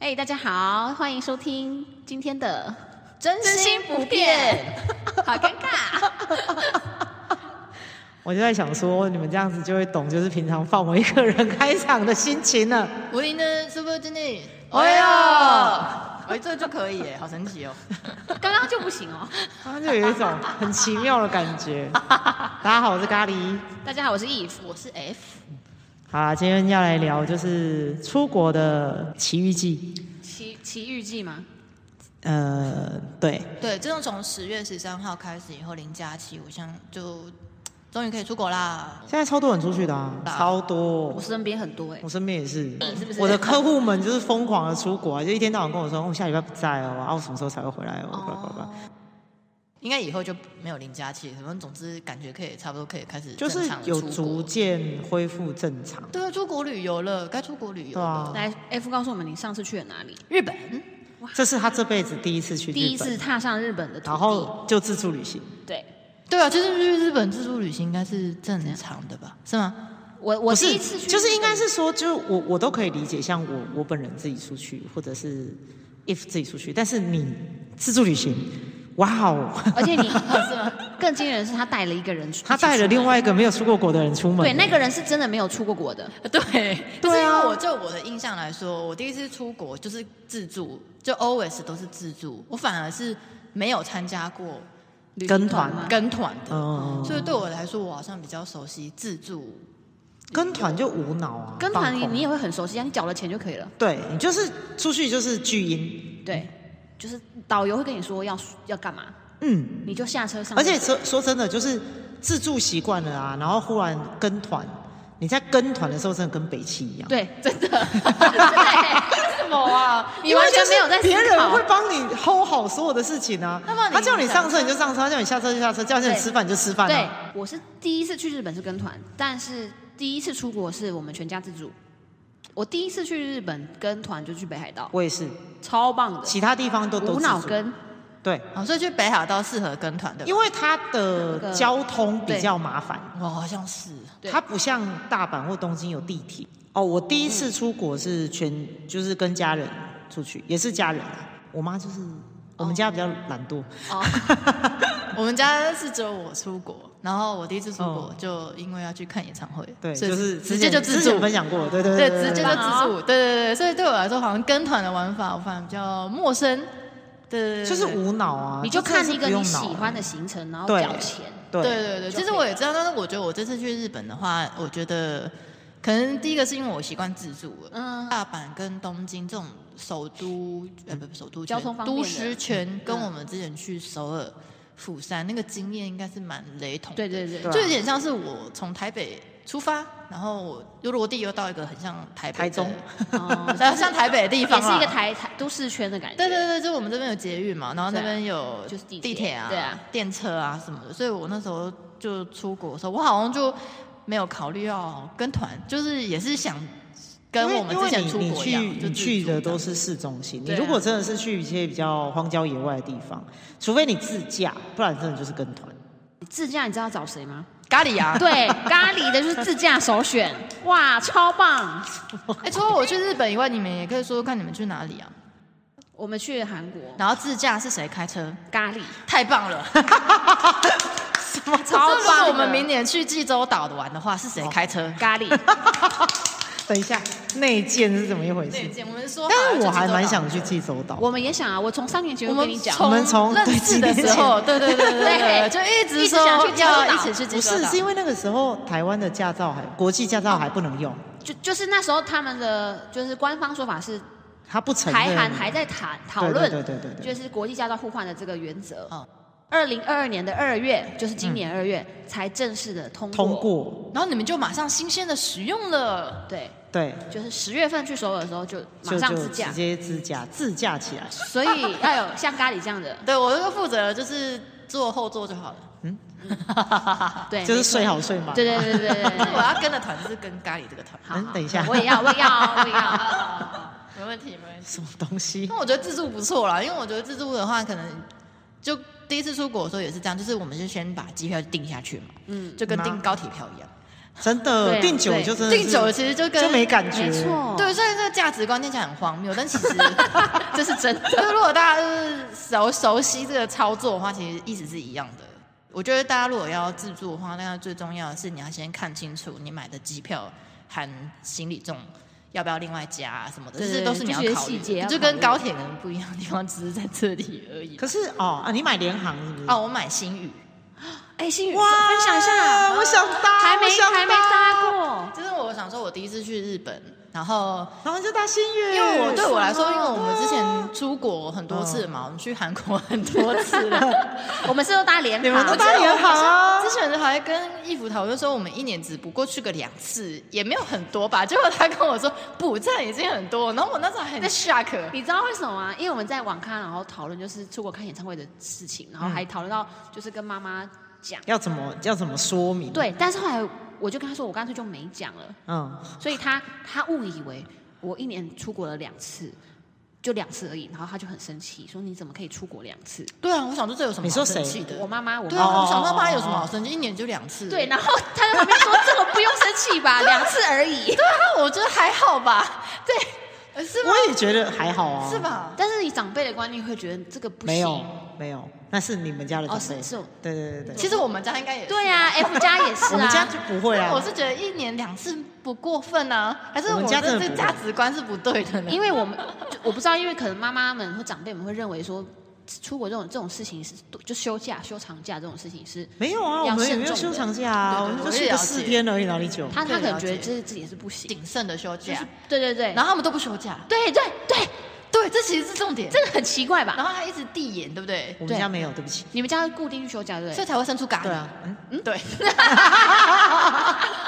哎、大家好，欢迎收听今天的真真心不变，好尴尬。我就在想说，你们这样子就会懂，就是平常放我一个人开场的心情了。吴林的 Super Jenny，哎呀呀，哎，这就可以耶，好神奇哦！刚刚就不行哦。他就有一种很奇妙的感觉。大家好，我是咖喱。大家好，我是 Eve，我是 F。好啦，今天要来聊就是出国的奇遇记。奇奇遇记吗？呃，对， 对，自从从十月十三号开始以后，零假期，我想就终于可以出国啦。现在超多人出去的、啊，超多欸我。身边很多哎、我身边也是，是不是我的客户们就是疯狂的出国、啊，就一天到晚跟我说，我、哦、下礼拜不在哦，啊，我什么时候才会回来哦，叭叭叭。应该以后就没有零假期，反正总之感觉可以差不多可以开始就是正常地有出逐国渐恢复正常。对啊，出国旅游了，该出国旅游对啊了。来，F 告诉我们你上次去了哪里？日本，这是他这辈子第一次去日本，第一次踏上日本的土地。然后就自助旅行。对对啊，就是去日本自助旅行应该是正常的吧？是吗？我我不第是一次去，就是应该是说，就是我我都可以理解，像我我本人自己出去，或者是 if 自己出去，但是你自助旅行，哇哦， 而且你 更惊人的是他带了一个人出，他带了另外一个没有出过国的人出门。对那个人是真的没有出过国的，对， 对就是啊因为我就我的印象来说，我第一次出国就是自助，就 always 都是自助，我反而是没有参加过旅跟团吗跟团的，嗯所以对我来说，我好像比较熟悉自助。跟团就无脑啊，跟团放你空你也会很熟悉啊，你缴了钱就可以了。对你就是出去就是巨婴，对，就是导游会跟你说要要干嘛，嗯，你就下车上车。而且说说真的，就是自助习惯了啊，然后忽然跟团，你在跟团的时候真的跟北汽一样。对，真 的，对，什么啊？你完全没有在思别人会考。帮你 hold 好所有的事情啊。那么你他叫你上车你就上车，他叫你下车就下车，叫你吃饭你就吃饭、对啊。，我是第一次去日本是跟团，但是第一次出国是我们全家自助。我第一次去日本跟团就去北海道，我也是，超棒的，其他地方都都无自脑助啊跟，对，哦，所以去北海道适合跟团的，因为它的交通比较麻烦，我好像是对它不像大阪或东京有地铁。哦，我第一次出国是全就是跟家人出去，也是家人啊。我妈就是我们家比较懒惰，哦，我们家是只有我出国，然后我第一次出国哦就因为要去看演唱会，对，所以就是直接就自之前助分。享过，对对对，对直接就对自助，对对对，所以对我来说，好像跟团的玩法，我反而比较陌生。对对对，就是对无脑啊，你就真的看是一个不用你脑喜欢的行程，然后对缴钱。对对对对，就可以其实我也知道，但是我觉得我这次去日本的话，我觉得可能第一个是因为我习惯自助了。 嗯，大阪跟东京这种首都，呃，不不，首都圈交通方便的嗯都市圈，跟我们之前去首尔、釜山那个经验应该是蛮雷同的。对对对对啊就有点像是我从台北出发，然后我又落地，又到一个很像台北的 台中，哦，然后像台北的地方啊啊也啦是一个台台都市圈的感觉。对对对，就我们这边有捷运嘛，然后那边有就是地铁地铁啊、对啊电车啊什么的，所以我那时候就出国的时候，我好像就没有考虑要跟团，就是也是想跟我们因为之前因为出你国一样，你去就你自去助的这样都是市中心，你对啊如果真的是去一些比较荒郊野外的地方，除非你自驾，不然真的就是跟 团。你自驾你知道找谁吗？咖喱啊。 对，咖喱的就是自驾首选，哇，超棒！哎，除了我去日本以外，你们也可以说说看你们去哪里啊？我们去韩国，然后自驾是谁开车？咖喱太棒 了！什么超棒的这如果我们明年去济州岛的玩的话，是谁开车？咖 喱，等一下，内建是怎么一回事对，？我们说好要去济州岛，但是我还蛮想去济州岛。我们也想啊，我从三年前我就跟你们讲，我们从认识的时候，对对对对对对，就一直说一直想去济州岛要一起去济不州是，岛是因为那个时候台湾的驾照还国际驾照还不能用，就就是那时候他们的就是官方说法是他不承认。台韩还在谈讨论，对对对对对对就是国际驾照互换的这个原则哦。二零二二年的二月，就是今年二月、才正式的通过。嗯通过，然后你们就马上新鲜的使用了。对，对，就是十月份去首尔的时候就马就上就自驾直，接自驾，自驾起来。所以要有像咖喱这 样的，对我就负责就是坐后座就好了，对，就是没错睡好睡嘛对对对对对对对但 我要跟的团是跟咖喱这个团，好嗯好等一下我也要，我也要，我也要。没问题没问题。什么东西？那我觉得自助不错啦，因为我觉得自助的话，可能就第一次出国的时候也是这样，就是我们就先把机票定下去嘛，嗯就跟嗯啊订高铁票一样。真的对订酒对就真的是订酒其实就跟就没感觉，没错，对，虽然这个价值观听起来很荒谬，但其实这是真 的。就是如果大家就是熟熟悉这个操作的话，其实意思是一样的。我觉得大家如果要自助的话，那最重要的是你要先看清楚你买的机票含行李重。要不要另外加啊什么的，这对些都是你要就是考虑细节的，要就跟考虑高铁可能不一样的地方，只是在这里 而已。可是哦啊，你买联航是不是？哦，我买新宇，哎，新宇哇，分享一下，啊我想搭，还没我想搭还没搭。过，就是我想说，我第一次去日本，然后然后就搭新月，因为我对我来说，因啊为我们之哇前出国很多次嘛，我们去韩国很多次了。我们是都搭联你们航都，搭联航啊，之前还跟义父讨论说，我们一年只不过去个两次，也没有很多吧。结 果他跟我说，不，这样已经很多。然后我那时候还很 shock。你知道为什么吗？因为我们在网咖，然后讨论就是出国看演唱会的事情，然后嗯还讨论到就是跟妈妈讲。 要怎么要怎么说明？，对，但是后来我就跟他说，我干脆就没讲了，嗯，所以他他误以为我一年出国了两次，就两次而已，然后他就很生气，说你怎么可以出国两次？对啊，我想说这有什么你好说谁生气的？我妈妈，我对妈妈啊，哦我想说妈有什么好生气？一年就两次。对，，然后他在旁边说这个不用生气吧，两次而已。那啊我觉得还好吧。 对，呃是吗？我也觉得还好啊，是？吧？但是你长辈的观念会觉得这个不行，没有没有，那是你们家的长哦辈，是是我对对对对，其实我们家应该也是对呀、f 家也 是我们家啊就。不会啊我，是觉得一年两次不过分啊，还是我我们们家这真的这不价值观是不对的呢？因为我们就我不知道，因为可能妈妈们或长辈们会认为说，出国这种这种事情是就休假、休长假这种事情是，没有啊，我要们也慎没有重休的长假啊，对对我对们就我也去个了解四天而已，哪里久？他他对可能了觉得解这自己也是不行。谨慎的休假，对对对，然后他们都不休假，对对对，对，这其实是重点。这个很奇怪吧？然后还一直递延，对不对？我们对家没有，对不起。你们家固定去休假对不所对？以才会生出嘎。对啊，，嗯嗯，对。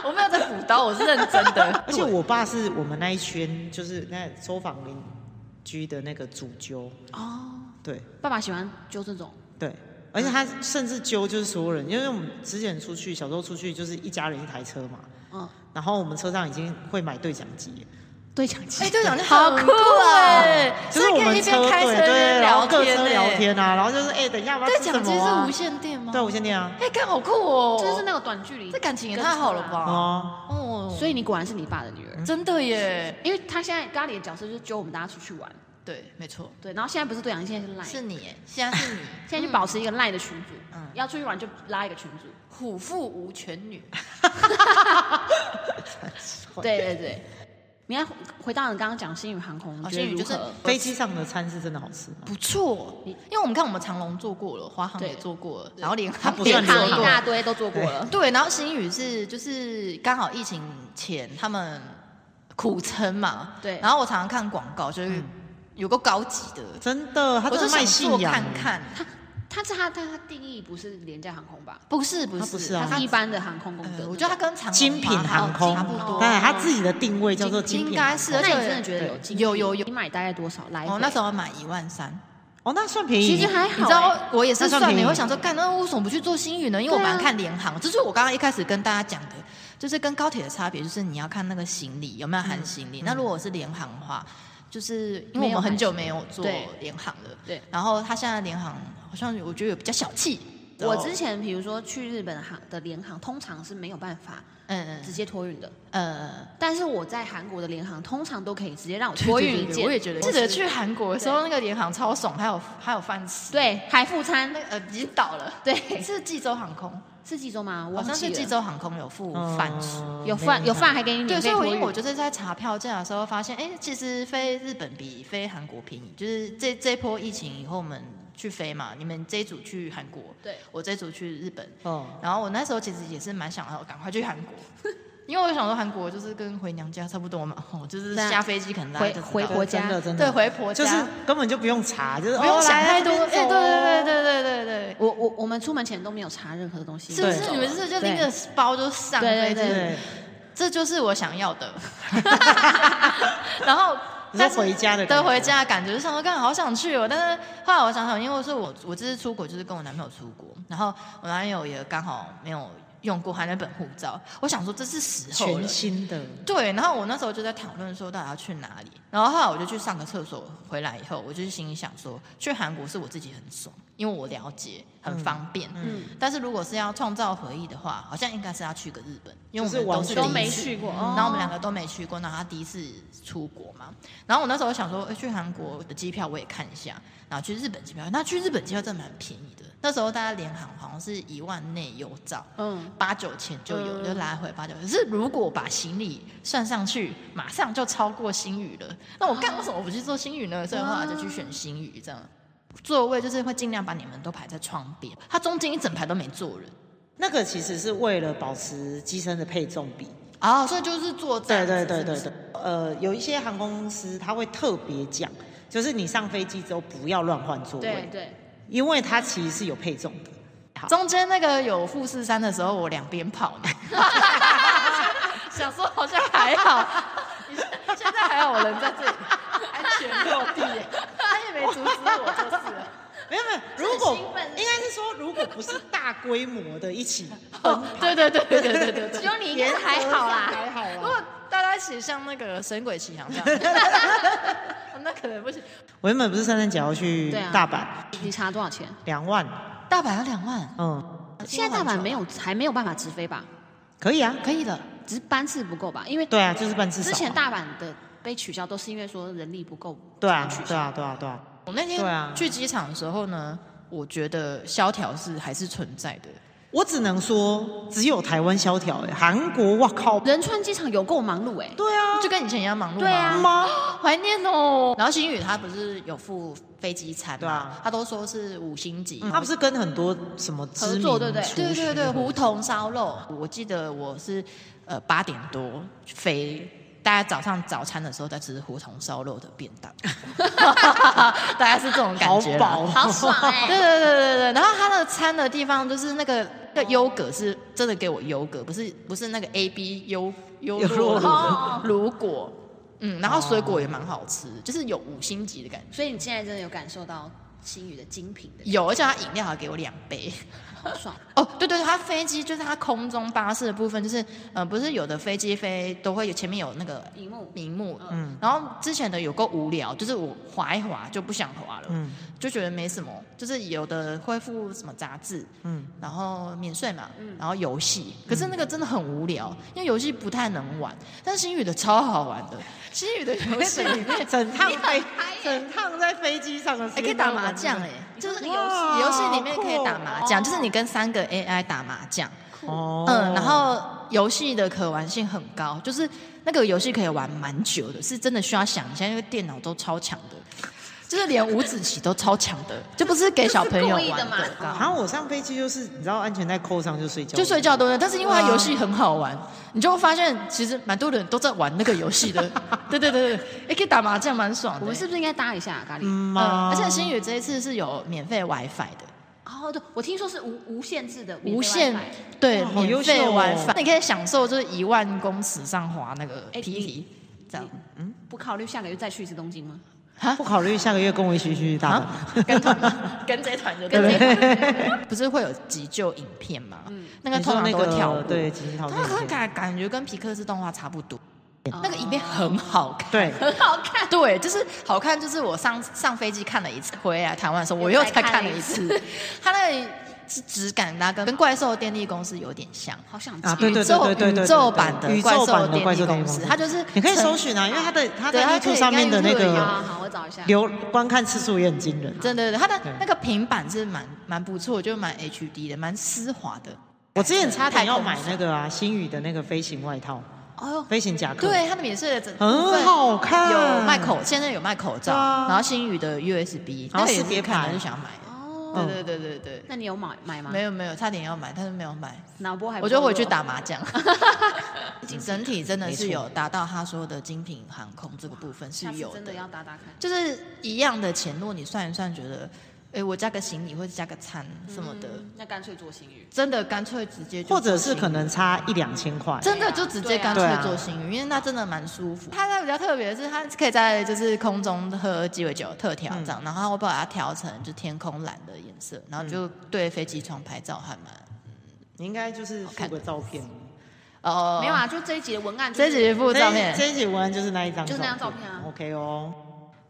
我没有在补刀，我是认真 的。而且我爸是我们那一圈，就是那周访邻居的那个主揪，哦，对爸爸喜欢揪这种，对，而且他甚至揪就是所有人，因为我们之前出去小时候出去就是一家人一台车嘛，嗯，然后我们车上已经会买对讲机，对讲机。哎，队长，你好很酷哎，就是是我可以们一车边开车对一边对，然后聊各天车呢聊。天啊，然后就是哎、等一下要不要对，吃什讲机么是啊无？线电吗？对，无线电啊，哎，干好酷哦！就是那个短距离，啊这感情也太好了吧？哦，哦，所以你果然是你爸的女儿，真的耶，因为他现在咖喱的角色就是揪我们大家出去玩，对，没错，对，然后现在不是对讲，现在是 line，是你耶，现在是你，现在就保持一个 line 的群组，嗯要出去玩就拉一个群组， 虎父无犬女。对对对。你看，回到你刚刚讲星宇航空，你哦觉得星宇如就是何？飞机上的餐是真的好吃吗？不错，因为我们看我们长龙做过了，华航对也做过了，然后联它航不也算点做航联一航过大堆都做过了，对，然后新宇是就是刚好疫情前他们苦撑嘛，对然后我常常看广告，就是有个高级的，真的，他我真就嗯的卖想信做仰，欸看看，它是它它它定义不是廉价航空吧？不是不它是不是啊它是一般的航空公哦呃司。我觉得它跟长荣精品华航航空差不多。当然他自己的定位叫做精精品应该航是空那而你且真的觉得有经济有有有你买大概多少来回？我哦那时候买一万三，哦，那算便宜，其实还你好知欸，道我也是那算算便了，宜我会想说，干那为什么不去做新宇呢？因为我对本啊来看联航，这就是我刚刚一开始跟大家讲的，就是跟高铁的差别，就是你要看那个行李有没有含行李。那如果是联航的话，就是嗯因为我们很久没有做对联航了，对。然后他现在联航好像我觉得有比较小气，我之前比如说去日本航的联航，通常是没有办法嗯直接托运的，呃，但是我在韩国的联航通常都可以直接让我对托对运对一对件。我也觉得同记时得去韩国的时候，那个联航超爽，还有还有饭吃，对还附餐那，个呃已经倒了，对，是济州航空，是济州吗？我好忘像记是了济州航空有付饭吃。哦有饭有饭还给你对，免所费以我托因为运我。就是在查票价的时候发现，哎，其实飞日本比飞韩国便宜。就是这这波疫情以后，我们去飞嘛，你们这一组去韩国，对，我这一组去日本。哦，然后我那时候其实也是蛮想要赶快去韩国， 因为我想说韩国就是跟回娘家差不多嘛，哦，就是对啊下飞机可能大家回就知道回婆家真的真对的回婆家，就是根本就不用查，就是不用哦想来太多。这哎，对边走对对对对对对。我我我们出门前都没有查任何东西，是不是对你们是就拎着包就上对对飞对机？对，这就是我想要 的。然后，你说但是回家的对感觉回家的感觉，就想说，干好想去哦。但是后来我想想，因为是我我这次出国就是跟我男朋友出国，然后我男朋友也刚好没有用过他那本护照，我想说这是时候了全。新的，对，然后我那时候就在讨论说到底要去哪里，然后后来我就去上个厕所，回来以后我就心里想说，去韩国是我自己很爽，因为我了解很方便。嗯，但是如果是要创造回忆的话，好像应该是要去个日本，因为我就是们都完是全都第一没次去嗯过，然后我们两哦个个都没去过，然后他第一次出国嘛，然后我那时候想说，哎、去韩国的机票我也看一下，然后去日本机票，那去日本机票真的蛮便宜的，那时候大家联航好像是一万内有找，嗯，八九千就有，嗯就来回八九。可是如果把行李算上去，马上就超过新宇了。那我哦干为什么不去做新宇呢？所以后来就去选新宇这样。座位就是会尽量把你们都排在窗边，它中间一整排都没坐人。那个其实是为了保持机身的配重比。哦，所以就是坐站对对子。对对是对，呃，有一些航空公司它会特别讲，就是你上飞机之后不要乱换座对位，对，因为它其实是有配重的。不是中间那个有富士山的时候，我两边跑 呢，想说好像还好，你现在还好，我人在这里，安全落地耶，他也没阻止我就是了。没有没有，很如果兴奋应该是说，如果不是大规模的一起哦，对对对对对对对只对。有你一个人还好啦，还好如啦。果大家一起像那个《神鬼奇航》这样，那可能不行。我原本不是圣诞节要去对啊大阪， 你查多少钱？两、万，大阪要两万，嗯，现在大阪没有，还没有办法直飞吧？可以啊，可以的。只是班次不够吧？因为对啊，就是办至少啊。之前大阪的被取消都是因为说人力不够，对啊才取，消对啊，对啊，对啊，我那对啊天去机场的时候呢，我觉得萧条是还是存在的。我只能说，只有台湾萧条、欸，韩国，哇靠，仁川机场有够忙碌哎，对啊，就跟以前一样忙碌吗对啊妈，怀念哦。然后星宇他不是有付飞机餐对嘛啊？嗯他都说是五星级，他不是跟很多什么知名合作对不对厨对师对对，胡同烧肉，我记得我是呃八点多飞。大家早上早餐的时候在吃胡同烧肉的便当， 大概是这种感觉啦好饱哦好爽 对哎！对对对对，然后它的餐的地方就是那个那个优格是真的给我优格，不是不是那个 A B 优优优哦酪酪乳乳果，嗯，然后水果也蛮好吃，就是有五星级的感觉，所以你现在真的有感受到新宇的精品的有，而且它饮料还给我两杯。 好爽，哦，对对，对它飞机就是它空中巴士的部分，就是呃，不是有的飞机飞都会有前面有那个荧 幕屏幕，嗯嗯，然后之前的有够无聊，就是我滑一滑就不想滑了，嗯就觉得没什么，就是有的恢复什么杂志，嗯，然后免税嘛，然后游戏，可是那个真的很无聊，因为游戏不太能玩，但是星宇的超好玩的，星宇的游戏里面整趟飞嗨耶，整趟在飞机上的时还间可以打麻将哎、就是游哇戏游戏里面可以打麻好酷哦将，就是你跟三个 AI 打麻将，哦嗯，然后游戏的可玩性很高，就是那个游戏可以玩蛮久的，是真的需要想一下，因为电脑都超强的，就是连五子棋都超强 的，就不是给小朋友这是故意的玩嘛的， 然后我上飞机就是你知道安全带扣上就睡觉，就睡觉都能。但是因为它游戏很好玩，你就会发现其实蛮多人都在玩那个游戏的。对对对对，也可以打麻将，蛮爽的。我们是不是应该搭一下咖喱？嗯嗯，吗？而且星宇这一次是有免费 WiFi 的。哦，对，我听说是无无限制的免费无限 WiFi 对哇好优免秀费哦 WiFi，那你可以享受就是一万公尺上滑那个哎 P 皮，这样不考虑下个月再去一次东京吗？不考虑下个月跟我一起去大阪吗，跟团吗跟这团就跟对这了一款不是会有急救影片吗？那嗯那个通常那都会跳个舞，对，紧急逃它看生线，感感觉跟皮克斯动画差不多，那个哦影片很好看。对，很好看，对，就是好看，就是我上上飞机看了一次，回来台湾的时候我又再看了一次，它那个质感啊，跟跟怪兽电力公司有点像。好想啊，吃对对对对对对，宇宙版的宇宙版的怪怪兽电兽电力力公公司司，它就是你可以搜寻啊，因为它的它对在它 YouTube 上面的那可以好看好个好，我找一下。流观看次数也很惊人。真的，对对它对的那个平板是蛮蛮不错，就蛮 HD 的，蛮丝滑的。我之前差点要太空买那个啊，星宇的那个飞行外套、哦呦，飞行夹克，对，它的免税的整部分很好看，有卖口，现在有卖口罩，对啊然后新宇的 USB，然那后个也识别是看了牌就想买的。哦，嗯对对对对对，那你有买买吗？没有没有，差点要买，但是没有买。脑波还不我就回去弱打麻 将。整体真的没是错有达到他说的精品航空这个部分是下次有真的要打打看。就是一样的钱，如果你算一算，觉得，哎，我加个行李或者加个餐什么的，嗯那干脆做新宇。真的干脆直接就或者做是可行能差一两千块李。真的就直接干脆啊做星宇，因为它真的蛮舒服。它啊它比较特别的是，它可以在就是空中喝鸡尾酒特调这样，然后我把它调成就天空蓝的颜色，然后就对飞机窗拍照还蛮你应该就是看附个照片，哦，没有啊，就这一集的文案、就这是，几副照片这一这一集文案就是那一张，就是那张照片啊，OK 哦。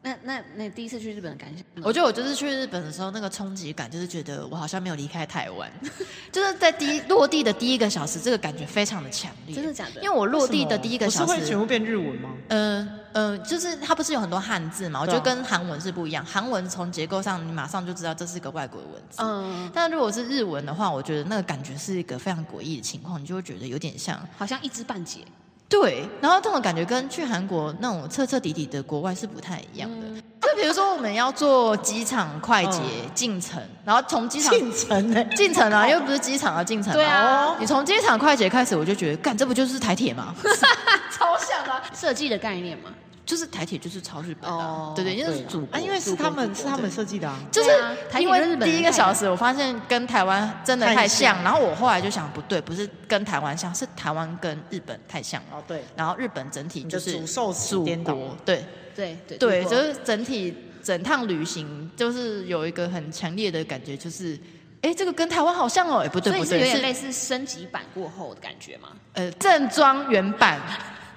那那那第一次去日本的感想呢？我觉得我就是去日本的时候，那个冲击感就是觉得我好像没有离开台湾， 就是在第一落地的第一个小时，这个感觉非常的强烈。真的假的因为我落地的第一个小不是会全时，部变日文吗？嗯嗯、呃就是它不是有很多汉字嘛？我觉得对啊跟韩文是不一样，韩文从结构上你马上就知道这是个外国文字。嗯，但如果是日文的话，我觉得那个感觉是一个非常诡异的情况，你就会觉得有点像好像一知半解。对，然后这种感觉跟去韩国那种彻彻底底的国外是不太一样的。就比如说我们要坐机场快捷嗯进城，然后从机场进城哦呢？进城啊，又不是机场啊，进城、啊。对啊哦，你从机场快捷开始，我就觉得，干，这不就是台铁吗？ 超像啊，设计的概念嘛，就是台铁就是超日本的、哦对对，因为是对啊祖国啊，因为是他们是他们设计的啊。就是对啊台铁因就是为日本人第一个小时，我发现跟台湾真的太太像，像然后我后来就想，不对，不是跟台湾像，是台湾跟日本太像了。哦，对，然后日本整体就是你的主受词祖颠倒国，对对对对，如就果是整体整趟旅行就是有一个很强烈的感觉，就是哎，这个跟台湾好像哦，哎不对所以不是有对，点类是似升级版过后的感觉嘛。呃正装原版，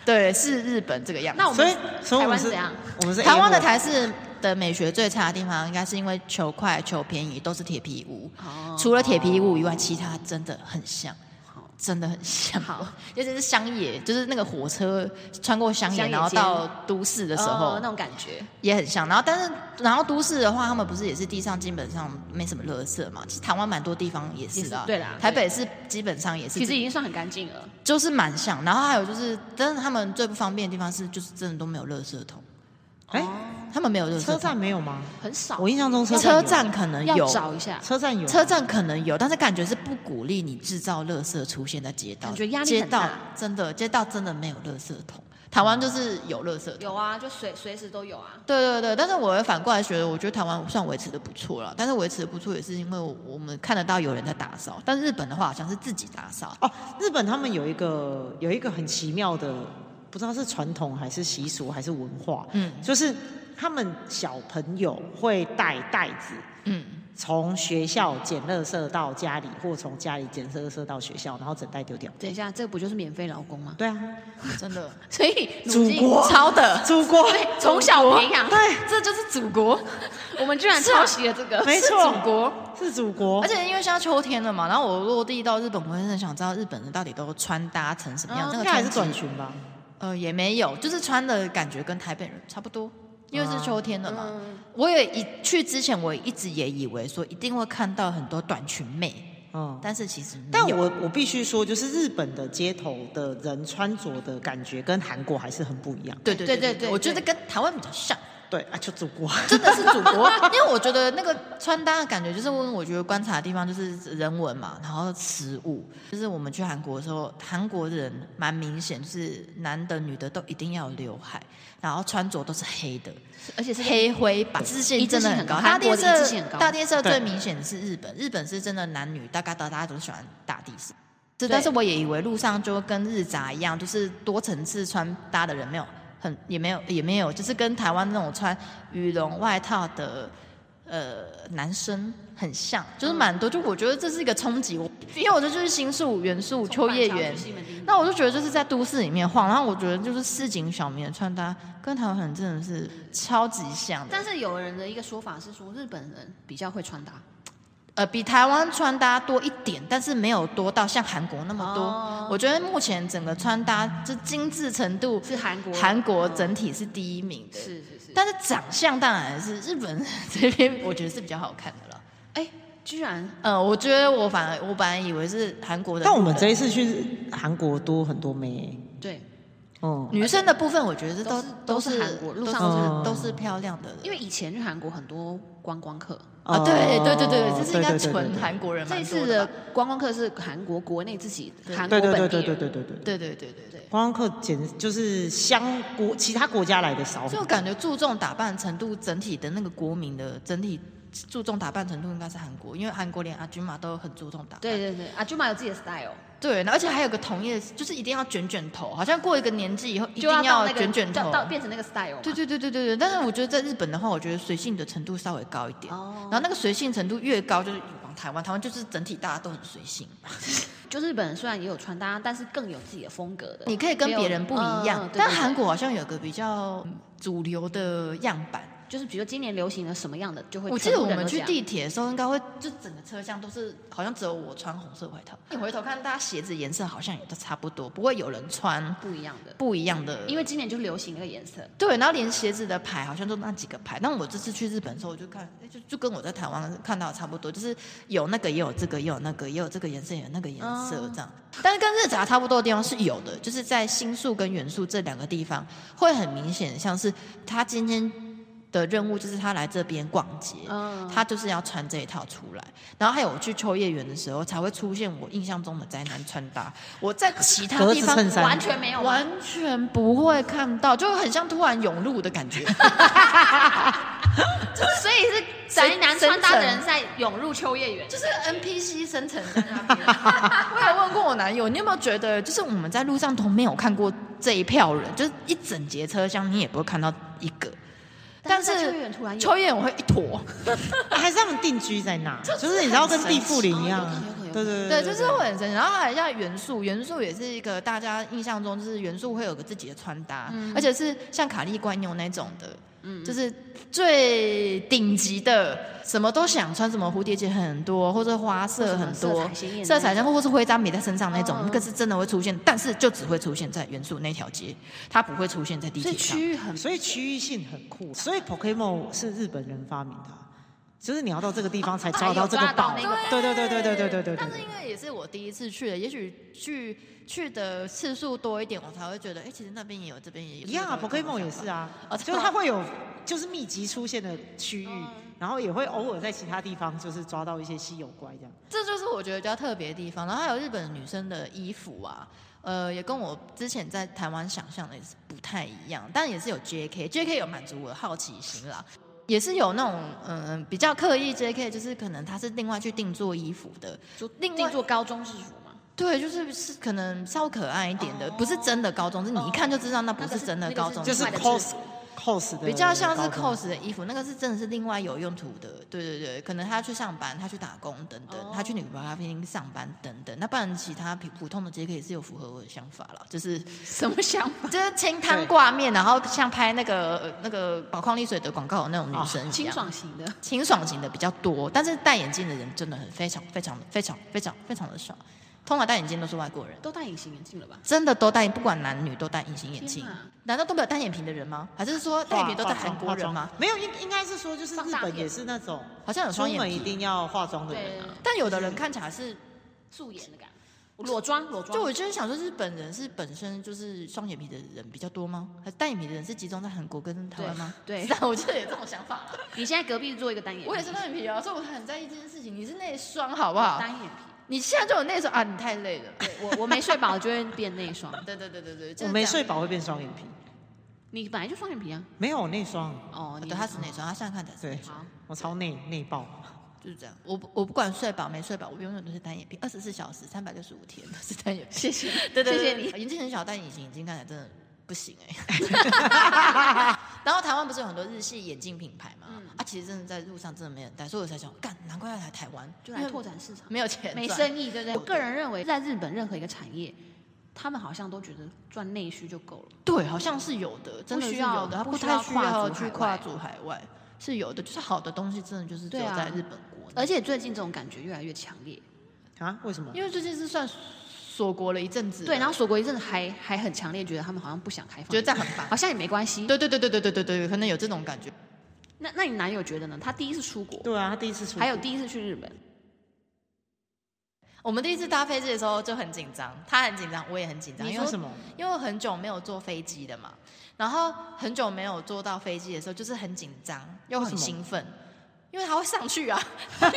对，是日本这个样子。那哦我所们以所以我台湾们是怎样？我们是台湾的 A 货台式的美学最差的地方，应该是因为求快、求便宜，都是铁皮屋。哦除了铁皮屋以外，其他真的很像好，真的很像。好，尤其是乡野，就是那个火车穿过乡野，乡野然后间到都市的时候哦、那种感觉，也很像。然后，但是然后都市的话，他们不是也是地上基本上没什么垃圾嘛？其实台湾蛮多地方也是的啊也是，对啦台北是基本上也是，其实已经算很干净了。就是蛮像。然后还有就是，但是他们最不方便的地方是，就是真的都没有垃圾桶，哎，他们没有垃圾桶。车站没有吗？很少。我印象中车车站站可能要有，找一下有，车站有车站可能有，但是感觉是不鼓励你制造垃圾出现在街道，感觉压力街很大道真的街道真的没有垃圾桶，台湾就是有垃圾桶。有啊，就随随时都有啊。对对对，但是我会反过来觉得，我觉得台湾算维持的不错了，但是维持的不错也是因为我们看得到有人在打扫，但日本的话好像是自己打扫，哦，日本他们有一个有一个很奇妙的，不知道是传统还是习俗还是文化，嗯就是他们小朋友会带袋子，嗯，从学校捡垃圾到家里，或从家里捡垃圾到学校，然后整袋丢掉。等一下，这不就是免费劳工吗？对啊，真的所以祖 国超的，祖国对从小培养，对，这就是祖国，我们居然抄袭了这个，没是错，祖国国是祖国，而且因为现在秋天了嘛，然后我落地到日本，我也很想知道日本人到底都穿搭成什么样。哦那应个该还是穿短着裙吧？呃，也没有，就是穿的感觉跟台北人差不多，因为是秋天了嘛。嗯我也一去之前，我一直也以为说一定会看到很多短裙妹，嗯。但是其实没但有我我必须说，就是日本的街头的人穿着的感觉跟韩国还是很不一样。对对对对对对对对，我觉得跟台湾比较像，对啊，就祖国。真的是祖国。因为我觉得那个穿搭的感觉，就是我觉得观察的地方就是人文嘛，然后食物，就是我们去韩国的时候，韩国人蛮明显，就是男的女的都一定要有刘海，然后穿着都是黑的。而且是黑灰白，自一信致真性的很很高。高大韩地国的一致性色很高大地色对最明显的是日本，日本是真的男女大概大大家都喜欢大地色。这对但是我也以为路上就跟日杂一样，就是多层次穿搭的人没有很也没有也没有，就是跟台湾那种穿羽绒外套的呃男生很像，就是嗯蛮多。就我觉得这是一个冲击，我因为我这就是新宿、原宿、秋叶原，那我就觉得就是在都市里面晃，然后我觉得就是市井小民的穿搭跟台湾人真的是超级像的，但是有人的一个说法是说，日本人比较会穿搭，呃比台湾穿搭多一点，但是没有多到像韩国那么多。哦我觉得目前整个穿搭就精致程度，是韩国韩国整体是第一名的，是是是。但是长相当然是日本人 这边我觉得是比较好看的了。哎，居然嗯，我觉得我反而我本来以为是韩国的， 但我们这一次去韩国多很多妹、欸，对，嗯，女生的部分，我觉得都都是是韩国路都上是都是都是漂亮的人，因为以前去韩国很多观光客，啊，对对对对，哦这是应该对对对纯对韩国人这一蛮多次的的吧，观光客是韩国国内自己对韩国对对本对地对对人。对对对对。对对对对对，观光客简就是相国其他国家来的少很所以多，我感觉注重打扮程度，整体的那个国民的整体注重打扮程度应该是韩国，因为韩国连阿君玛都很注重打扮，对对对，阿舅妈有自己的 style，对，而且还有个同业就是一定要卷卷头，好像过一个年纪以后一就定到那个卷卷到头，到变成那个 style 嘛。对对对对对对，但是我觉得在日本的话，我觉得随性的程度稍微高一点，哦然后那个随性程度越高，就是往台湾，台湾就是整体大家都很随性，就日本人虽然也有穿搭，但是更有自己的风格的。你可以跟没有别人不一样嗯嗯，对但对对韩国好像有个比较嗯主流的样板。就是比如说今年流行了什么样的，就会我记全得部我人们都这去样地铁的时候，应该会就整个车厢都是，好像只有我穿红色外套。你回头看，大家鞋子颜色好像也都差不多，不会有人穿不一样的，不一样的，因为今年就流行那个颜色。对，然后连鞋子的牌好像都那几个牌。但我这次去日本的时候，我就看，诶就就跟我在台湾看到的差不多，就是有那个也有这个，也有那个也有这个颜色，也有那个颜色哦这样。但是跟日杂差不多的地方是有的，就是在新宿跟元素这两个地方会很明显，像是他今天的任务就是他来这边逛街，哦嗯，他就是要穿这一套出来。然后还有我去秋叶原的时候，才会出现我印象中的宅男穿搭。我在其他格地子方衬衫完全没有吗完全不会看到，就很像突然涌入的 感觉。所以是宅男穿搭的人在涌入秋叶原。就是 NPC 生成在那边。 我也问过我男友，你有没有觉得，就是我们在路上都没有看过这一票人，就是一整节车厢你也不会看到一个。哎但在秋叶是原突然有秋叶原我会一坨，啊还是他们定居在那，这就是你知道跟很神地富林一样奇哦有可能有可能有，可对对对，就是会很神奇。然后还有像元素，元素也是一个大家印象中就是元素会有个自己的穿搭，而且是像卡利怪妞那种的，就是最顶级的，什么都想穿，什么蝴蝶结很多，或者花色很或者什么多色彩鲜艳的那，种色彩然后或是徽章别在身上那种嗯，嗯那个是真的会出现，但是就只会出现在元素那条街，它不会出现在地所铁以上。区域很所以区域性很酷，所以 Pokemon 是日本人发明的啊，就是你要到这个地方才抓到这个宝啊有抓到那，对对对对对对对对但是因对。为也是我第一次去的，也许去去的次数多一点，我才会觉得，哎、其实那边也有，这边也有。一样啊这边有，Pokemon 也是啊哦，嗯就是它会有就是密集出现的区域，然后也会偶尔在其他地方就是抓到一些稀有怪这样。这就是我觉得比较特别的地方。然后还有日本女生的衣服啊，呃，也跟我之前在台湾想象的也是不太一样，但也是有 J.K. J.K. 有满足我的好奇心啦。也是有那种嗯、比较刻意 J.K. 就是可能他是另外去定做衣服的，就另外定做高中制服嘛，对，就是是可能稍可爱一点的，不是真的高中，是你一看就知道那不是真的高中，那就是另外的制服 cos cos 的，比较像是高中 cos 的衣服，那个是真的是另外有用途的。对对对，可能他去上班，他去打工等等，哦他去女咖啡厅上班等等。那不然其他普普通的 J.K. 也是有符合我的想法了，就是什么想法？就是清汤挂面，然后像拍那个呃那个宝矿力水的广告的那种女 生一样清爽型的，清爽型的比较多，但是戴眼镜的人真的很非常非常非常非常非常的少。通常戴眼镜都是外国人，都戴隐形眼镜了吧？真的都戴，不管男女都戴隐形眼镜天哪。难道都没有单眼皮的人吗？还是说单眼皮都在化韩化国人妆吗？？没有，应应该是说就是放日大本片也是那种好像有出双眼门皮一。定要化妆的人啊。但有的人看起来是，素颜的感觉，裸妆裸妆。就我就是想说，日本人是本身就是双眼皮的人比较多吗？还是单眼皮的人是集中在韩国跟台湾吗？ 对对是啊，我就有这种想法。你现在隔壁做一个单眼皮，我也是单眼皮啊，所以我很在意这件事情。你是内双好不好？单眼皮。你现在就有内双啊，你太累了。对我我没睡饱就会变内双， 对对对对对，就是我没这睡样。饱会变双眼皮，你本来就双眼皮啊。没有内双，哦，你啊对，他是内双，他现在看起来是内对双，好，我超内内爆。就是这样。我不我不管睡饱没睡饱，我永远都是单眼皮，二十四小时、三百六十五天都是单眼皮。谢谢， 对对，谢对谢你。眼睛很小，但隐形眼镜看起来真的不行哎、 然后台湾不是有很多日系眼镜品牌嘛？嗯啊，其实真的在路上真的没人戴，所以我才想，干，难怪要来台湾，就来拓展，展市场，没有钱，没。生意，对不对？我个人认为，在日本任何一个产业，他们好像都觉得赚内需就够了。对，好像是有的，真的是需要有的，它不需太要需跨要足去海跨外啊足海外，是有的，就是好的东西真的就是只有对啊在日本国内，而且最近这种感觉越来越强烈，啊？为什么？因为最近是算锁国了一阵子了，对。然后锁国一阵子还还很强烈，觉得他们好像不想开放，觉得这样很烦。好像也没关系。对对对对对对对对，可能有这种感觉。那那你男友觉得呢？他第一次出国，对啊，他第一次出国，还有第一次去 日本，我们第一次搭飞机的时候就很紧张，他很紧张，我也很紧张，你因为说什么？因为我很久没有坐飞机的嘛，然后很久没有坐到飞机的时候，就是很紧张又很兴奋，因为它会上 去啊。然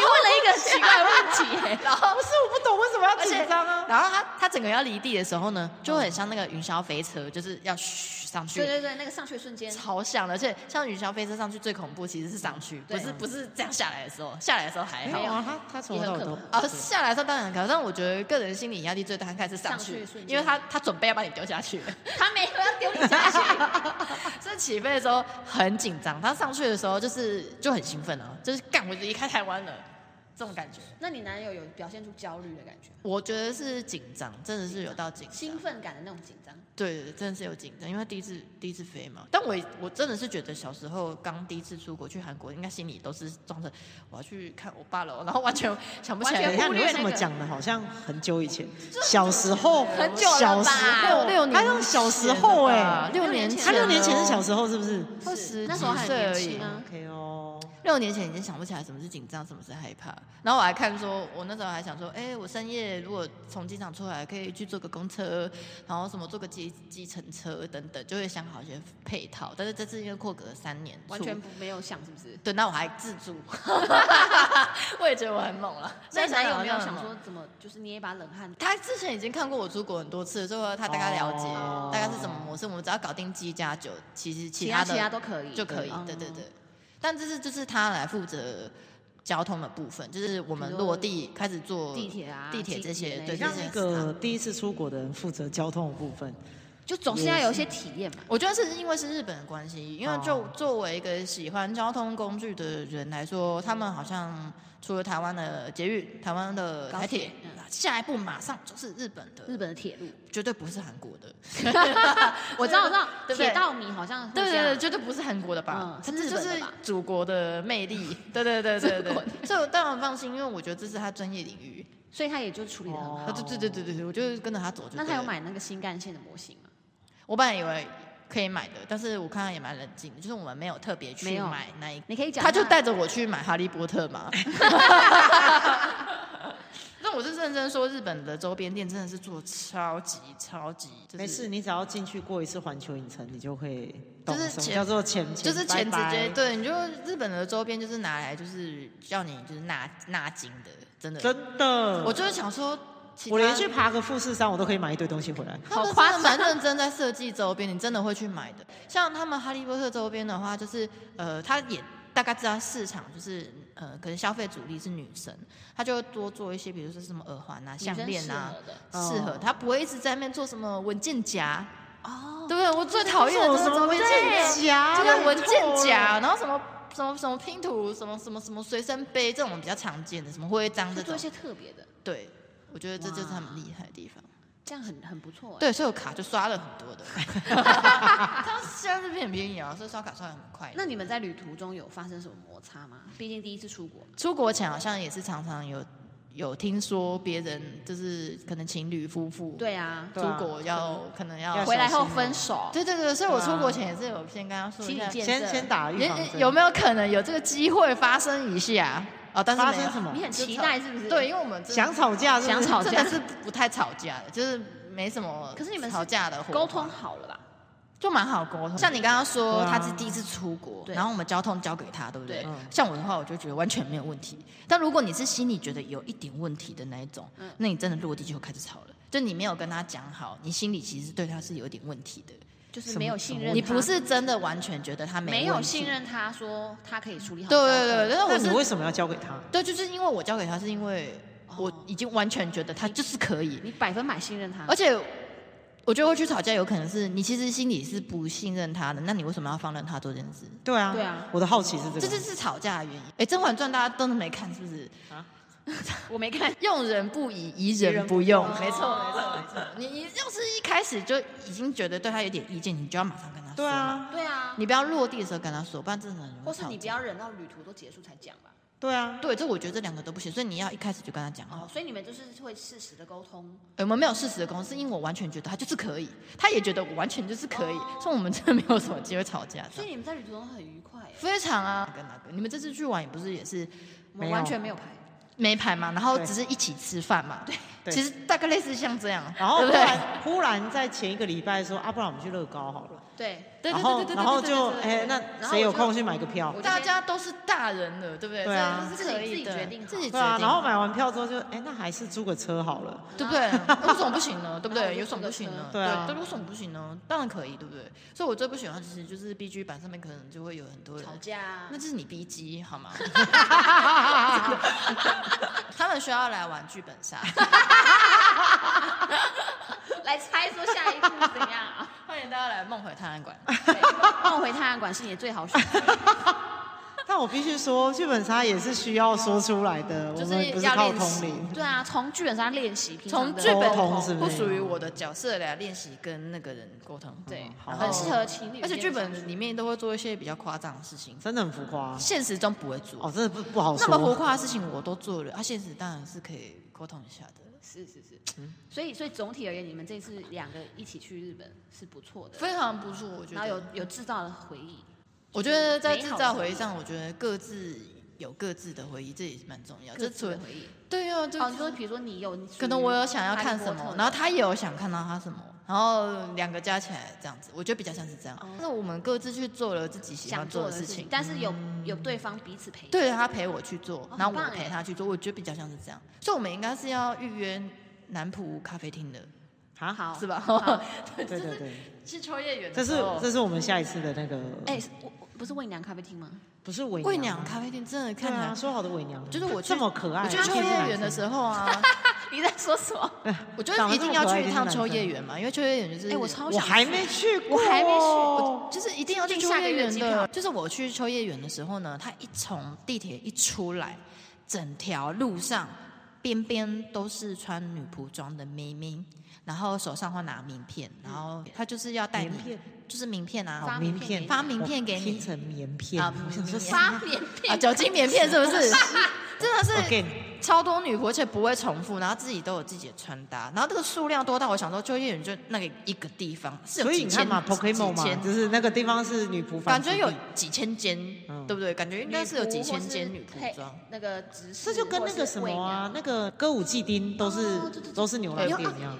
后问了一个奇怪问题、然后不是，我不懂为什么要而且紧张啊？然后它它整个要离地的时候呢，就会很像那个云霄飞车，就是嗯要嘘上 去对，对对，那个上去的瞬间，超像的。而且像云霄飞车上去最恐怖其实是上去，不对是不是这样下来的时候，下来的时候还好没。有啊，他他从也头很到尾都可啊，下来的时候当然可以，但我觉得个人心理压力最大应该是上上去去的，瞬间因为他他准备要把你丢下去，他没有要丢你下去， 所以起飞的时候很紧张。他上去的时候就是就很兴奋啊，就是干，我就离开台湾了，这种感觉。那你男友有表现出焦虑的感觉吗，我觉得是紧张，真的是有到紧张兴，奋感的那种紧张？对对，真的是有紧张，因为他第一次第一次飞嘛。但我我真的是觉得小时候刚第一次出国去韩国，应该心里都是装着我要去看欧巴楼，然后完全想不起完来全等一下，忽你略为什么那个讲的好像很久以前？小时候，很久了吧小时候，六年他用小时候哎，六六年前年前，他六年前是小时时候是不是候，二十那时候还几很岁年而已轻。啊。 ？OK 哦，六年前已经想不起来什么是紧张，什么是害怕。然后我还看说，我那时候还想说，哎、我深夜如果从机场出来，可以去坐个公车，然后什么坐个计计程车等等，就会想好一些配套。但是这次因为阔隔了三年，完全不没有想，是不是？对，那我还自 助，我也觉得我很猛了。那现你在男友好没有像想很说猛？怎么就是捏一把冷汗？他之前已经看过我出国很多次，所以他大概了解、哦大概是什么模式。我们只要搞定机加酒，其实其他他的其他都可以，就可以嗯。对对对，但这是就是他来负责交通的部分，就是我们比如说落地开始坐地铁啊地铁这些，地铁那对些这让些那哎是他个第一次出国的人负责交通的部分。就总是要有一些体验嘛。我觉得是因为是日本的关系，因为就哦作为一个喜欢交通工具的人来说，他们好像除了台湾的捷运、台湾的高台铁铁嗯，下一步马上就是日本的，日本的铁 路， 绝对不是韩国的，我知道，我知道，对不对铁道迷好像会对这对样对，绝对不是韩国的吧嗯？这是日就本的是吧祖国的魅力。对对对对祖国的对，所以我当然放心，因为我觉得这是他专业领域。所以他也就处理的很好。哦啊，对对对对对，我就跟着他走就。那他有？买那个新干线的模型吗？我本来以为可以买的，但是我看他也蛮冷静的，就是我们没有特别没去有买那一个，你可以讲他他，就带着我去买哈利波特嘛。那我是认真说，日本的周边店真的是做超级超级，就是、没事，，你只要进去过一次环球影城，你就会懂就是什么钱叫做钱，就是钱直拜接拜对，你就日本的周边就是拿来就是叫你就是纳纳金的，真的。真的，我我就是想说，其他我连去爬个富士山，我都可以买一堆东西回来。他们好夸真的蛮认真在设计周边，你真的会去买的。像他们哈利波特周边的话，就是呃，他也大概知道市场就是呃，可能消费主力是女生，他就会多做一些，比如说什么耳环啊、项链啊，适合的适合他不会一直在那边做什么文件夹，哦，对不对？我最讨厌的这就是种什么周文边件夹，这个文拜托件夹，然后什么。什么什么拼图，什么什么什么随身杯，这种比较常见的，什么徽章这就做种一，些特别的，对，我觉得这就是他们哇厉害的地方。这样很很不错。，对，所以我卡就刷了很 多的。他们现在这边很便宜啊，所以刷卡刷的很快。那你们在旅途中有发生什么摩擦吗？毕竟第一次出国，出国前好像也是常常有有听说别人就是可能情侣夫妇对啊，对出啊国要可能要要回来后小心哦分手，对对对，所以我对啊出国前也是有先跟他说一心下理，建先先设。打预防有针。有没有可能有这个机会发生一下？哦，但是发没有生什么你很期待是不是？对，，因为我们真的想吵架是不是？想吵真架的是不太吵架的，就是没什么。可是你们是吵架的火沟花通好了吧？就蛮好沟通。像你刚刚说、对啊他是第一次出国，对然后我们交通交给他，对不对？对嗯像我的话，我就觉得完全没有问题。但如果你是心里觉得有一点问题的那一种，嗯那你真的落地就开始吵了。就你没有跟他讲好，你心里其实对他是有一点问题的。就是没有信任他，你不是真的完全觉得他没没有问题信。任他说他可以处理好对交通。对对，对但那是你我为是什么要交给他？对，就是因为我交给他，是因为哦我已经完全觉得他就是可以，你百分百信任他而。且我觉得会去吵架，有可能是你其实心里是不信任他的，那你为什么要放任他做这件事？对啊，对啊，我的好奇是这个。这就是吵架的原因。哎，《甄嬛传》大家都没看，是不是？我没看，用人不疑，疑人不用。没错啊没错，没错。你你要是一开始就已经觉得对他有点意见，你就要马上跟他说。对，啊， 对啊，你不要落地的时候跟他说，不然真的很容易或是你吵不架要忍到旅途都结束才讲吧。对啊，对，这我觉得这两个都不行，所以你要一开始就跟他讲。哦哦，，所以你们就是会适时的沟通，我们没有事实的公司，因为我完全觉得他就是可以，他也觉得我完全就是可以，所以我们真的没有什么机会吵架。这所以样你们在旅途中很愉快耶。非常啊，跟哪个？你们这次去玩也不是也是我没们有完全没有排，没牌嘛，然后对只是一起吃饭嘛。对其实大概类似像这样，然后对忽不对？然忽然在前一个礼拜说啊，不然我们去乐高好了。对，对然对后对对对对对对然后对就对对哎，对那然后谁有我就空去买个票？我大家都是大人了，对不对？对啊这是可以的自己自己决定好自己决对定，啊，然后买完票之后就哎，那还是租个车好了。 对不对？那为什么不行呢？对不然后我对？就有什么不行呢？对啊对，为什么不行呢？当然可以，对不对？所以我最不喜欢的其实就是 B G 版上面可能就会有很多人吵架啊那，这是你 B G 好吗？他们需要来玩剧本杀， 来猜说下一步怎样 啊？欢迎大家来梦回探案馆。对梦回探案馆是你的最好选择。他但我必须说，剧本杀也是需要说出来的，就我们不是要靠练通习灵。对啊，从剧本杀练习，平常从的剧本沟通是不不是属于我的角色来练习跟那个人沟通，对，好很适合情侣，而且剧本里面都会做一些比较夸张的事情，真的很浮夸现实中不会做。哦，真的不不好那么说。浮夸的事情我都做了，啊，现实当然是可以沟通一下的。是是是，嗯所以所以总体而言，你们这次两个一起去日本是不错的，非常不错，我觉然后得有。有制造了回忆，我觉得在制造回忆上，我觉得各自有各自的回忆，这也是蛮重要。各这自除的了回忆。对啊，就哦，你说比如说你有，你属于可能我有想要看什哈利波么特，然后他也有想看到他什么，然后两个加起来这样子，我觉得比较像是这样哦。但是我们各自去做了自己喜欢想做做的的事事情嗯情，，但是有有对方彼此陪，，对他陪我去做，然后很我棒陪哎他去做，我觉得比较像是这样。所以我们应该是要预约南浦咖啡厅的，啊，好是吧 好对对对，是哦秋叶原这的是时候。这是我们下一次的那个，哎，是我我不是魏娘咖啡厅吗？ 不是伪贵娘娘吗，咖啡厅真的对看起来啊，，说好的伪娘呢，就是我去这么可爱，啊我去秋天叶不染原的色时候 啊，你在说什么？ 我觉得一定要去一趟秋叶原嘛，因为秋叶原就是哎，我超我想去，还没去过，我还没去就去，是一定要去订秋下个叶月的原机票的。就是我去秋叶原的时候呢，它一从地铁一出来，整条路上边边都是穿女仆装的妹妹，然后手上会拿名片，然后她就是要带你名片，就是嗯名片啊，发名名片片发名片给我拼你成棉片，啊我想说棉发免啊，片，酒精棉片是不是？真的是 again，超多女仆，而且不会重复，然后自己都有自己的穿搭，然后这个数量多到我想说，秋叶原就那个一个地方是有所以几你看千嘛，Pokemon 几嘛，千就是那个地方是女仆繁感殖地，觉有几千间，嗯对不对？感觉应该 是有几千间女女仆或是仆配装。那个执事，这就跟那个什么啊，那个歌舞伎町都是哦对对对都是牛郎有店啊一样，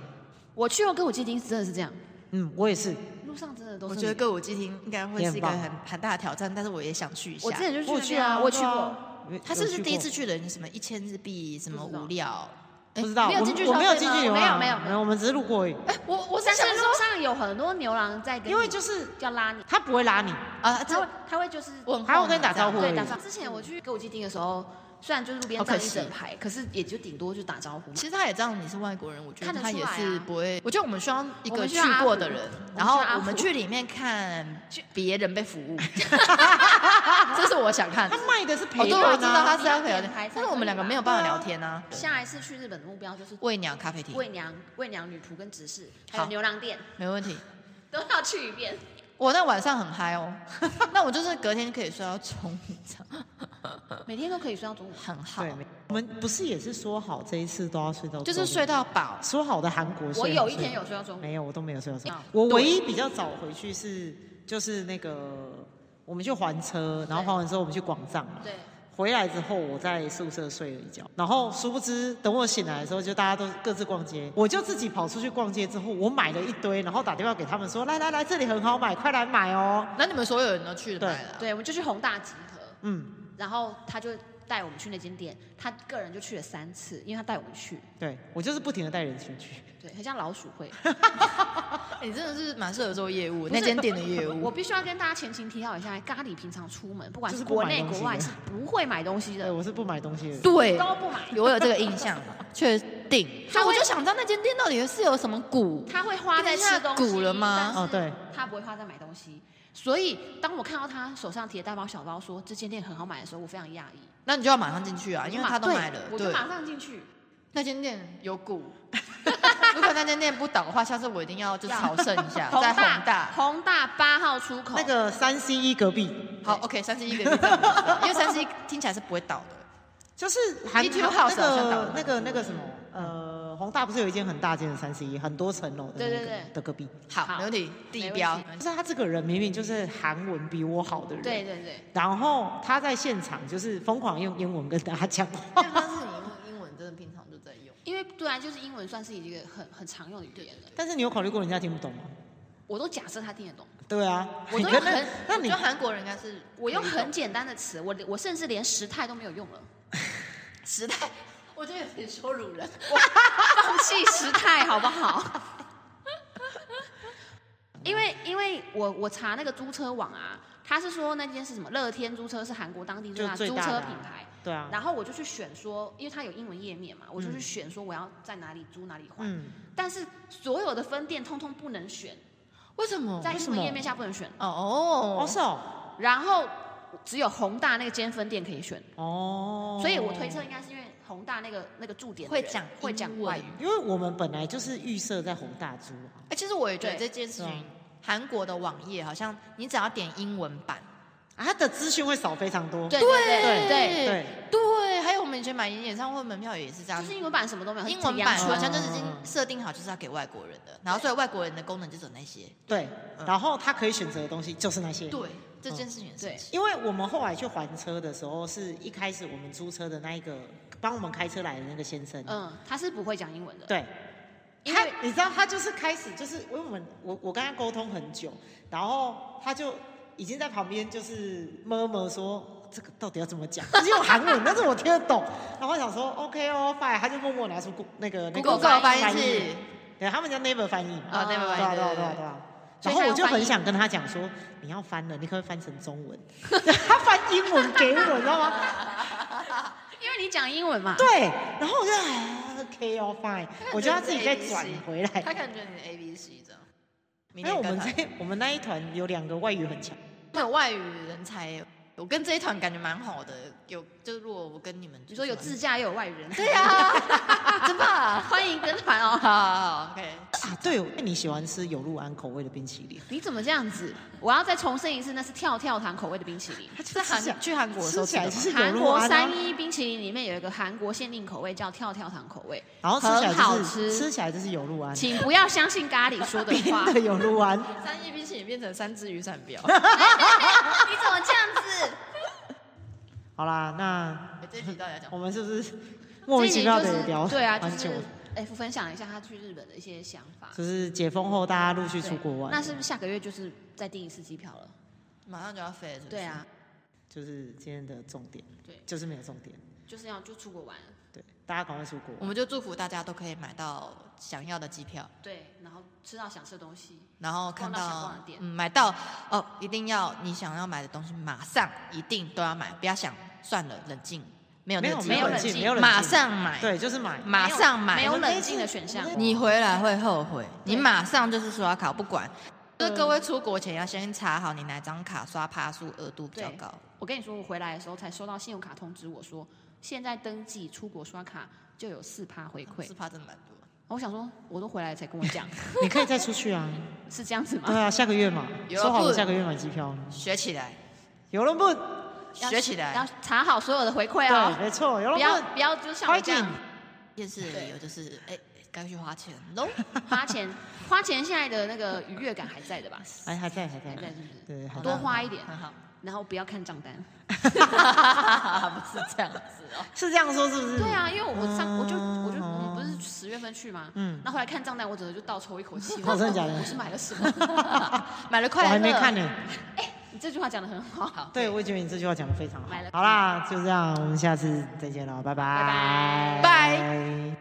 我去过歌舞伎町，真的是这样，嗯，我也是，路上真的都是我女。觉得歌舞伎町应该会是一也很个棒很很大的挑战，但是我也想去一下。我之前就我去去那边啊，我去对过，啊有他是不是有第一次过去的？你什么一千日币，什么不知道无料？哎不知道，没有进去我消费吗，我没有进去没有牛郎没有没有我们只是路过 而已。哎，我我是但是想路说上有很多牛郎在跟你，因为就是要拉你，他不会拉你，啊，他这会他会就是我很他会跟你打后悔啊招呼这对样而打已招呼。之前我去歌舞伎町的时候，虽然就是路好边可站惜一整排，可是也就顶多就打招呼嘛。其实他也知道你是外国人，我觉看得得他出也来啊是不会。我觉得我们需要一我个们需去要阿过福的人，我们然需后要阿我们福去里面看别人被 服务，这是我想看他。卖的是哦，陪对，我伴知道他啊。是要陪聊你要点牌天才，但是我们两个可以吧没有办法聊天啊。下一次去日本的目标就是喂鸟咖啡厅，喂娘、喂娘女仆跟执事，还好有牛郎店没问题。都要去一遍。我那晚上很嗨哦， 那我就是隔天可以睡到中午，这样每天都可以睡到中午。很好对，，我们不是也是说好这一次都要睡到中午，就是睡到饱。说好的韩国睡。我有一天有睡到中午，没有，我都没有睡到中午啊。我唯一比较早回去是就是那个我们去还车，然后还完车我们去广藏嘛。对，回来之后，我在宿舍睡了一觉，然后殊不知，等我醒来的时候，就大家都各自逛街，我就自己跑出去逛街。之后，我买了一堆，然后打电话给他们说：“来来来，这里很好买，快来买哦。那你们所有人都去了对买了，对，我们就去宏大集合”，嗯，然后他就带我们去那间店，他个人就去了三次，因为他带我们去，对我就是不停的带人群去。对，很像老鼠会。啊你真的是蛮适合做业务，不那是间店的业务我。必须要跟大家前情提要一下，咖喱平常出门，不管就是是不国买内东西国外的是不会买东西对，的，我是不买东西的人。对，都不买。我有这个印象，确定。他就我会就想知道那间店到底是有什么股，他会花在吃东一下西鼓了吗哦对，他不会花在买东西。所以当我看到他手上提的大包小包说这间店很好买的时候，我非常讶异。那你就要马上进去啊，因为他都对买了。我就对，马上进去。那间店有股。 如果那间店不倒的话，下次我一定要就要朝圣一下，宏在大宏大。宏大八号出口那个三 C 一隔壁，好，OK，三十一个地方，因为三十一听起来是不会倒的。就是韩 EQ House 那好像倒了个那个那个什么呃，宏大不是有一间很大间的三 C 一，很多层楼的那对个对对的隔壁。好，好没问题，地没标问题。但是他这个人明明就是韩文比我好的人，对对对，然后他在现场就是疯狂用英文跟大家讲话， 但是你英英文真的平常就在用，因为对啊，就是英文算是一个很很常用的语言了。但是你有考虑过人家听不懂吗？我都假设他听得懂，对啊，我你都跟用那很那你就韩国人应该是我用可以很懂简单的词，我我甚至连时态都没有用了，时代，我觉得有点羞辱人。 放弃时态好不好？ 因为因为我我查那个租车网啊，他是说那间是什么乐天租车是韩国当地最大嗯就最租大的车啊品牌，对啊，然后我就去选说，因为它有英文页面嘛，我就去选说我要在哪里租哪里还，嗯，但是所有的分店通通不能选，为什么？在为英什文么页面下不能选。哦哦是哦，然后只有宏大那间分店可以选，哦，所以我推测应该是因为宏大那个那个驻点的会人讲会讲英外文语，因为我们本来就是预设在宏大租啊，哎、其实我也觉得对这件事对啊情，韩国的网页好像你只要点英文版，啊，它的资讯会少非常多。对对对对对，对，还有我们以前买演唱会门票也是这对，样就。是英文版什么都没有，英文版啊是好纯一样像就的是已经设定好，就是要给外国人的，然后所以外国人的功能就走那些。对，嗯然后他可以选择的东西就是那些。对，这件事情也是对因为我们后来去还车的时候，是一开始我们租车的那一个帮我们开车来的那个先生，嗯，他是不会讲英文的，对，因他为你知道他就是开始就是因为我们我我跟他沟通很久，然后他就已经在旁边就是摸摸说。这个到底要怎么讲？就是用韩文， 但是我听得懂。然后我想说 OK 哦，fine。他就默默拿出 Go- 那个那个 Google 翻译翻译是，对，他们叫 Never 翻译嘛。啊，对对对啊，对啊，对对啊，对对啊。所然以后他我要就翻很译想跟他讲说，你要翻了，你可不可以翻成中文？ 他翻英文给我，你知道吗？因为你讲英文嘛，对，然后我就啊，OK 哦，fine，我觉得他自己再转回对，来。他感觉你 A B C 这样。明因年为我跟们他这我们那一团有两个外语很强，有外语人才耶，我跟这一团感觉蛮好的。有就是如果我跟你们你说有自己，驾又有外语 人，对啊， 真棒。欢迎跟团哦。好好好，OK。啊，对，你喜欢吃有鹿安口味的冰淇淋？你怎么这样子？我要再重申一次，那是跳跳糖口味的冰淇淋。它就在吃起来韩去韩国的时候吃起来的就吗 是有韩鹿国安啊三，一冰淇淋里面有一个韩国限定口味叫跳跳糖口味，然后吃起来很好就是吃吃起来就是有鹿安， 请不要相信咖喱说的话。真的有鹿安。三一冰淇淋变成三只雨伞标， 你怎么这样子？好啦，那这集到底要讲我们是不是 莫名其妙的聊对啊，就蛮久是 F 分享了一下他去日本的一些想法。就是解封后大家陆续出国玩，那是不是下个月就是再订一次机票了？马上就要飞了，是不是对，啊，就是今天的重点，对就是没有重点，就是要就出国玩，对，大家赶快出国我。们就祝福大家都可以买到想要的机票，对，然后吃到想吃的东西，然后看逛到想逛的店嗯，买到哦，一定要你想要买的东西，马上一定都要买，不要想算了，冷静，没有那个机会没有冷静没有冷静马上买，对，就是买。马上买，没有冷静的选项。你回来会后悔，对你马上就是刷卡，不管。嗯就是各位出国前要先查好你哪张卡刷趴数额度比较对高，我跟你说，我回来的时候才收到信用卡通知，我说现在登记出国刷卡就有四趴回馈是。趴真的蛮多。我想说，我都回来才跟我讲，你可以再出去 啊。是这样子对吗？啊，下个月嘛，有说好不了下个月买机票。学起来，游轮不？要学起要来。查好所有的回馈对，哦，没错，游不轮要不。不要就像我这样快夜市对旅游就是，哎，该去花钱 喽。花钱，花钱现在的那个愉悦感还在的吧？哎，还在，还在还，在是不是？对，还多在。花一点，很 好。然后不要看账单。不是这样子哦。是这样说是不是？对。啊，因为我上嗯我就我就我们不哦是十月份去吗？嗯那后来看账单，我整个就倒抽一口气。哦真的假的我是买了什么？ 买了我快乐，还没看。呢。你这句话讲的很好。对，我也觉得你这句话讲的非常好买了。好啦，就这样，我们下次再见了，拜拜。拜拜。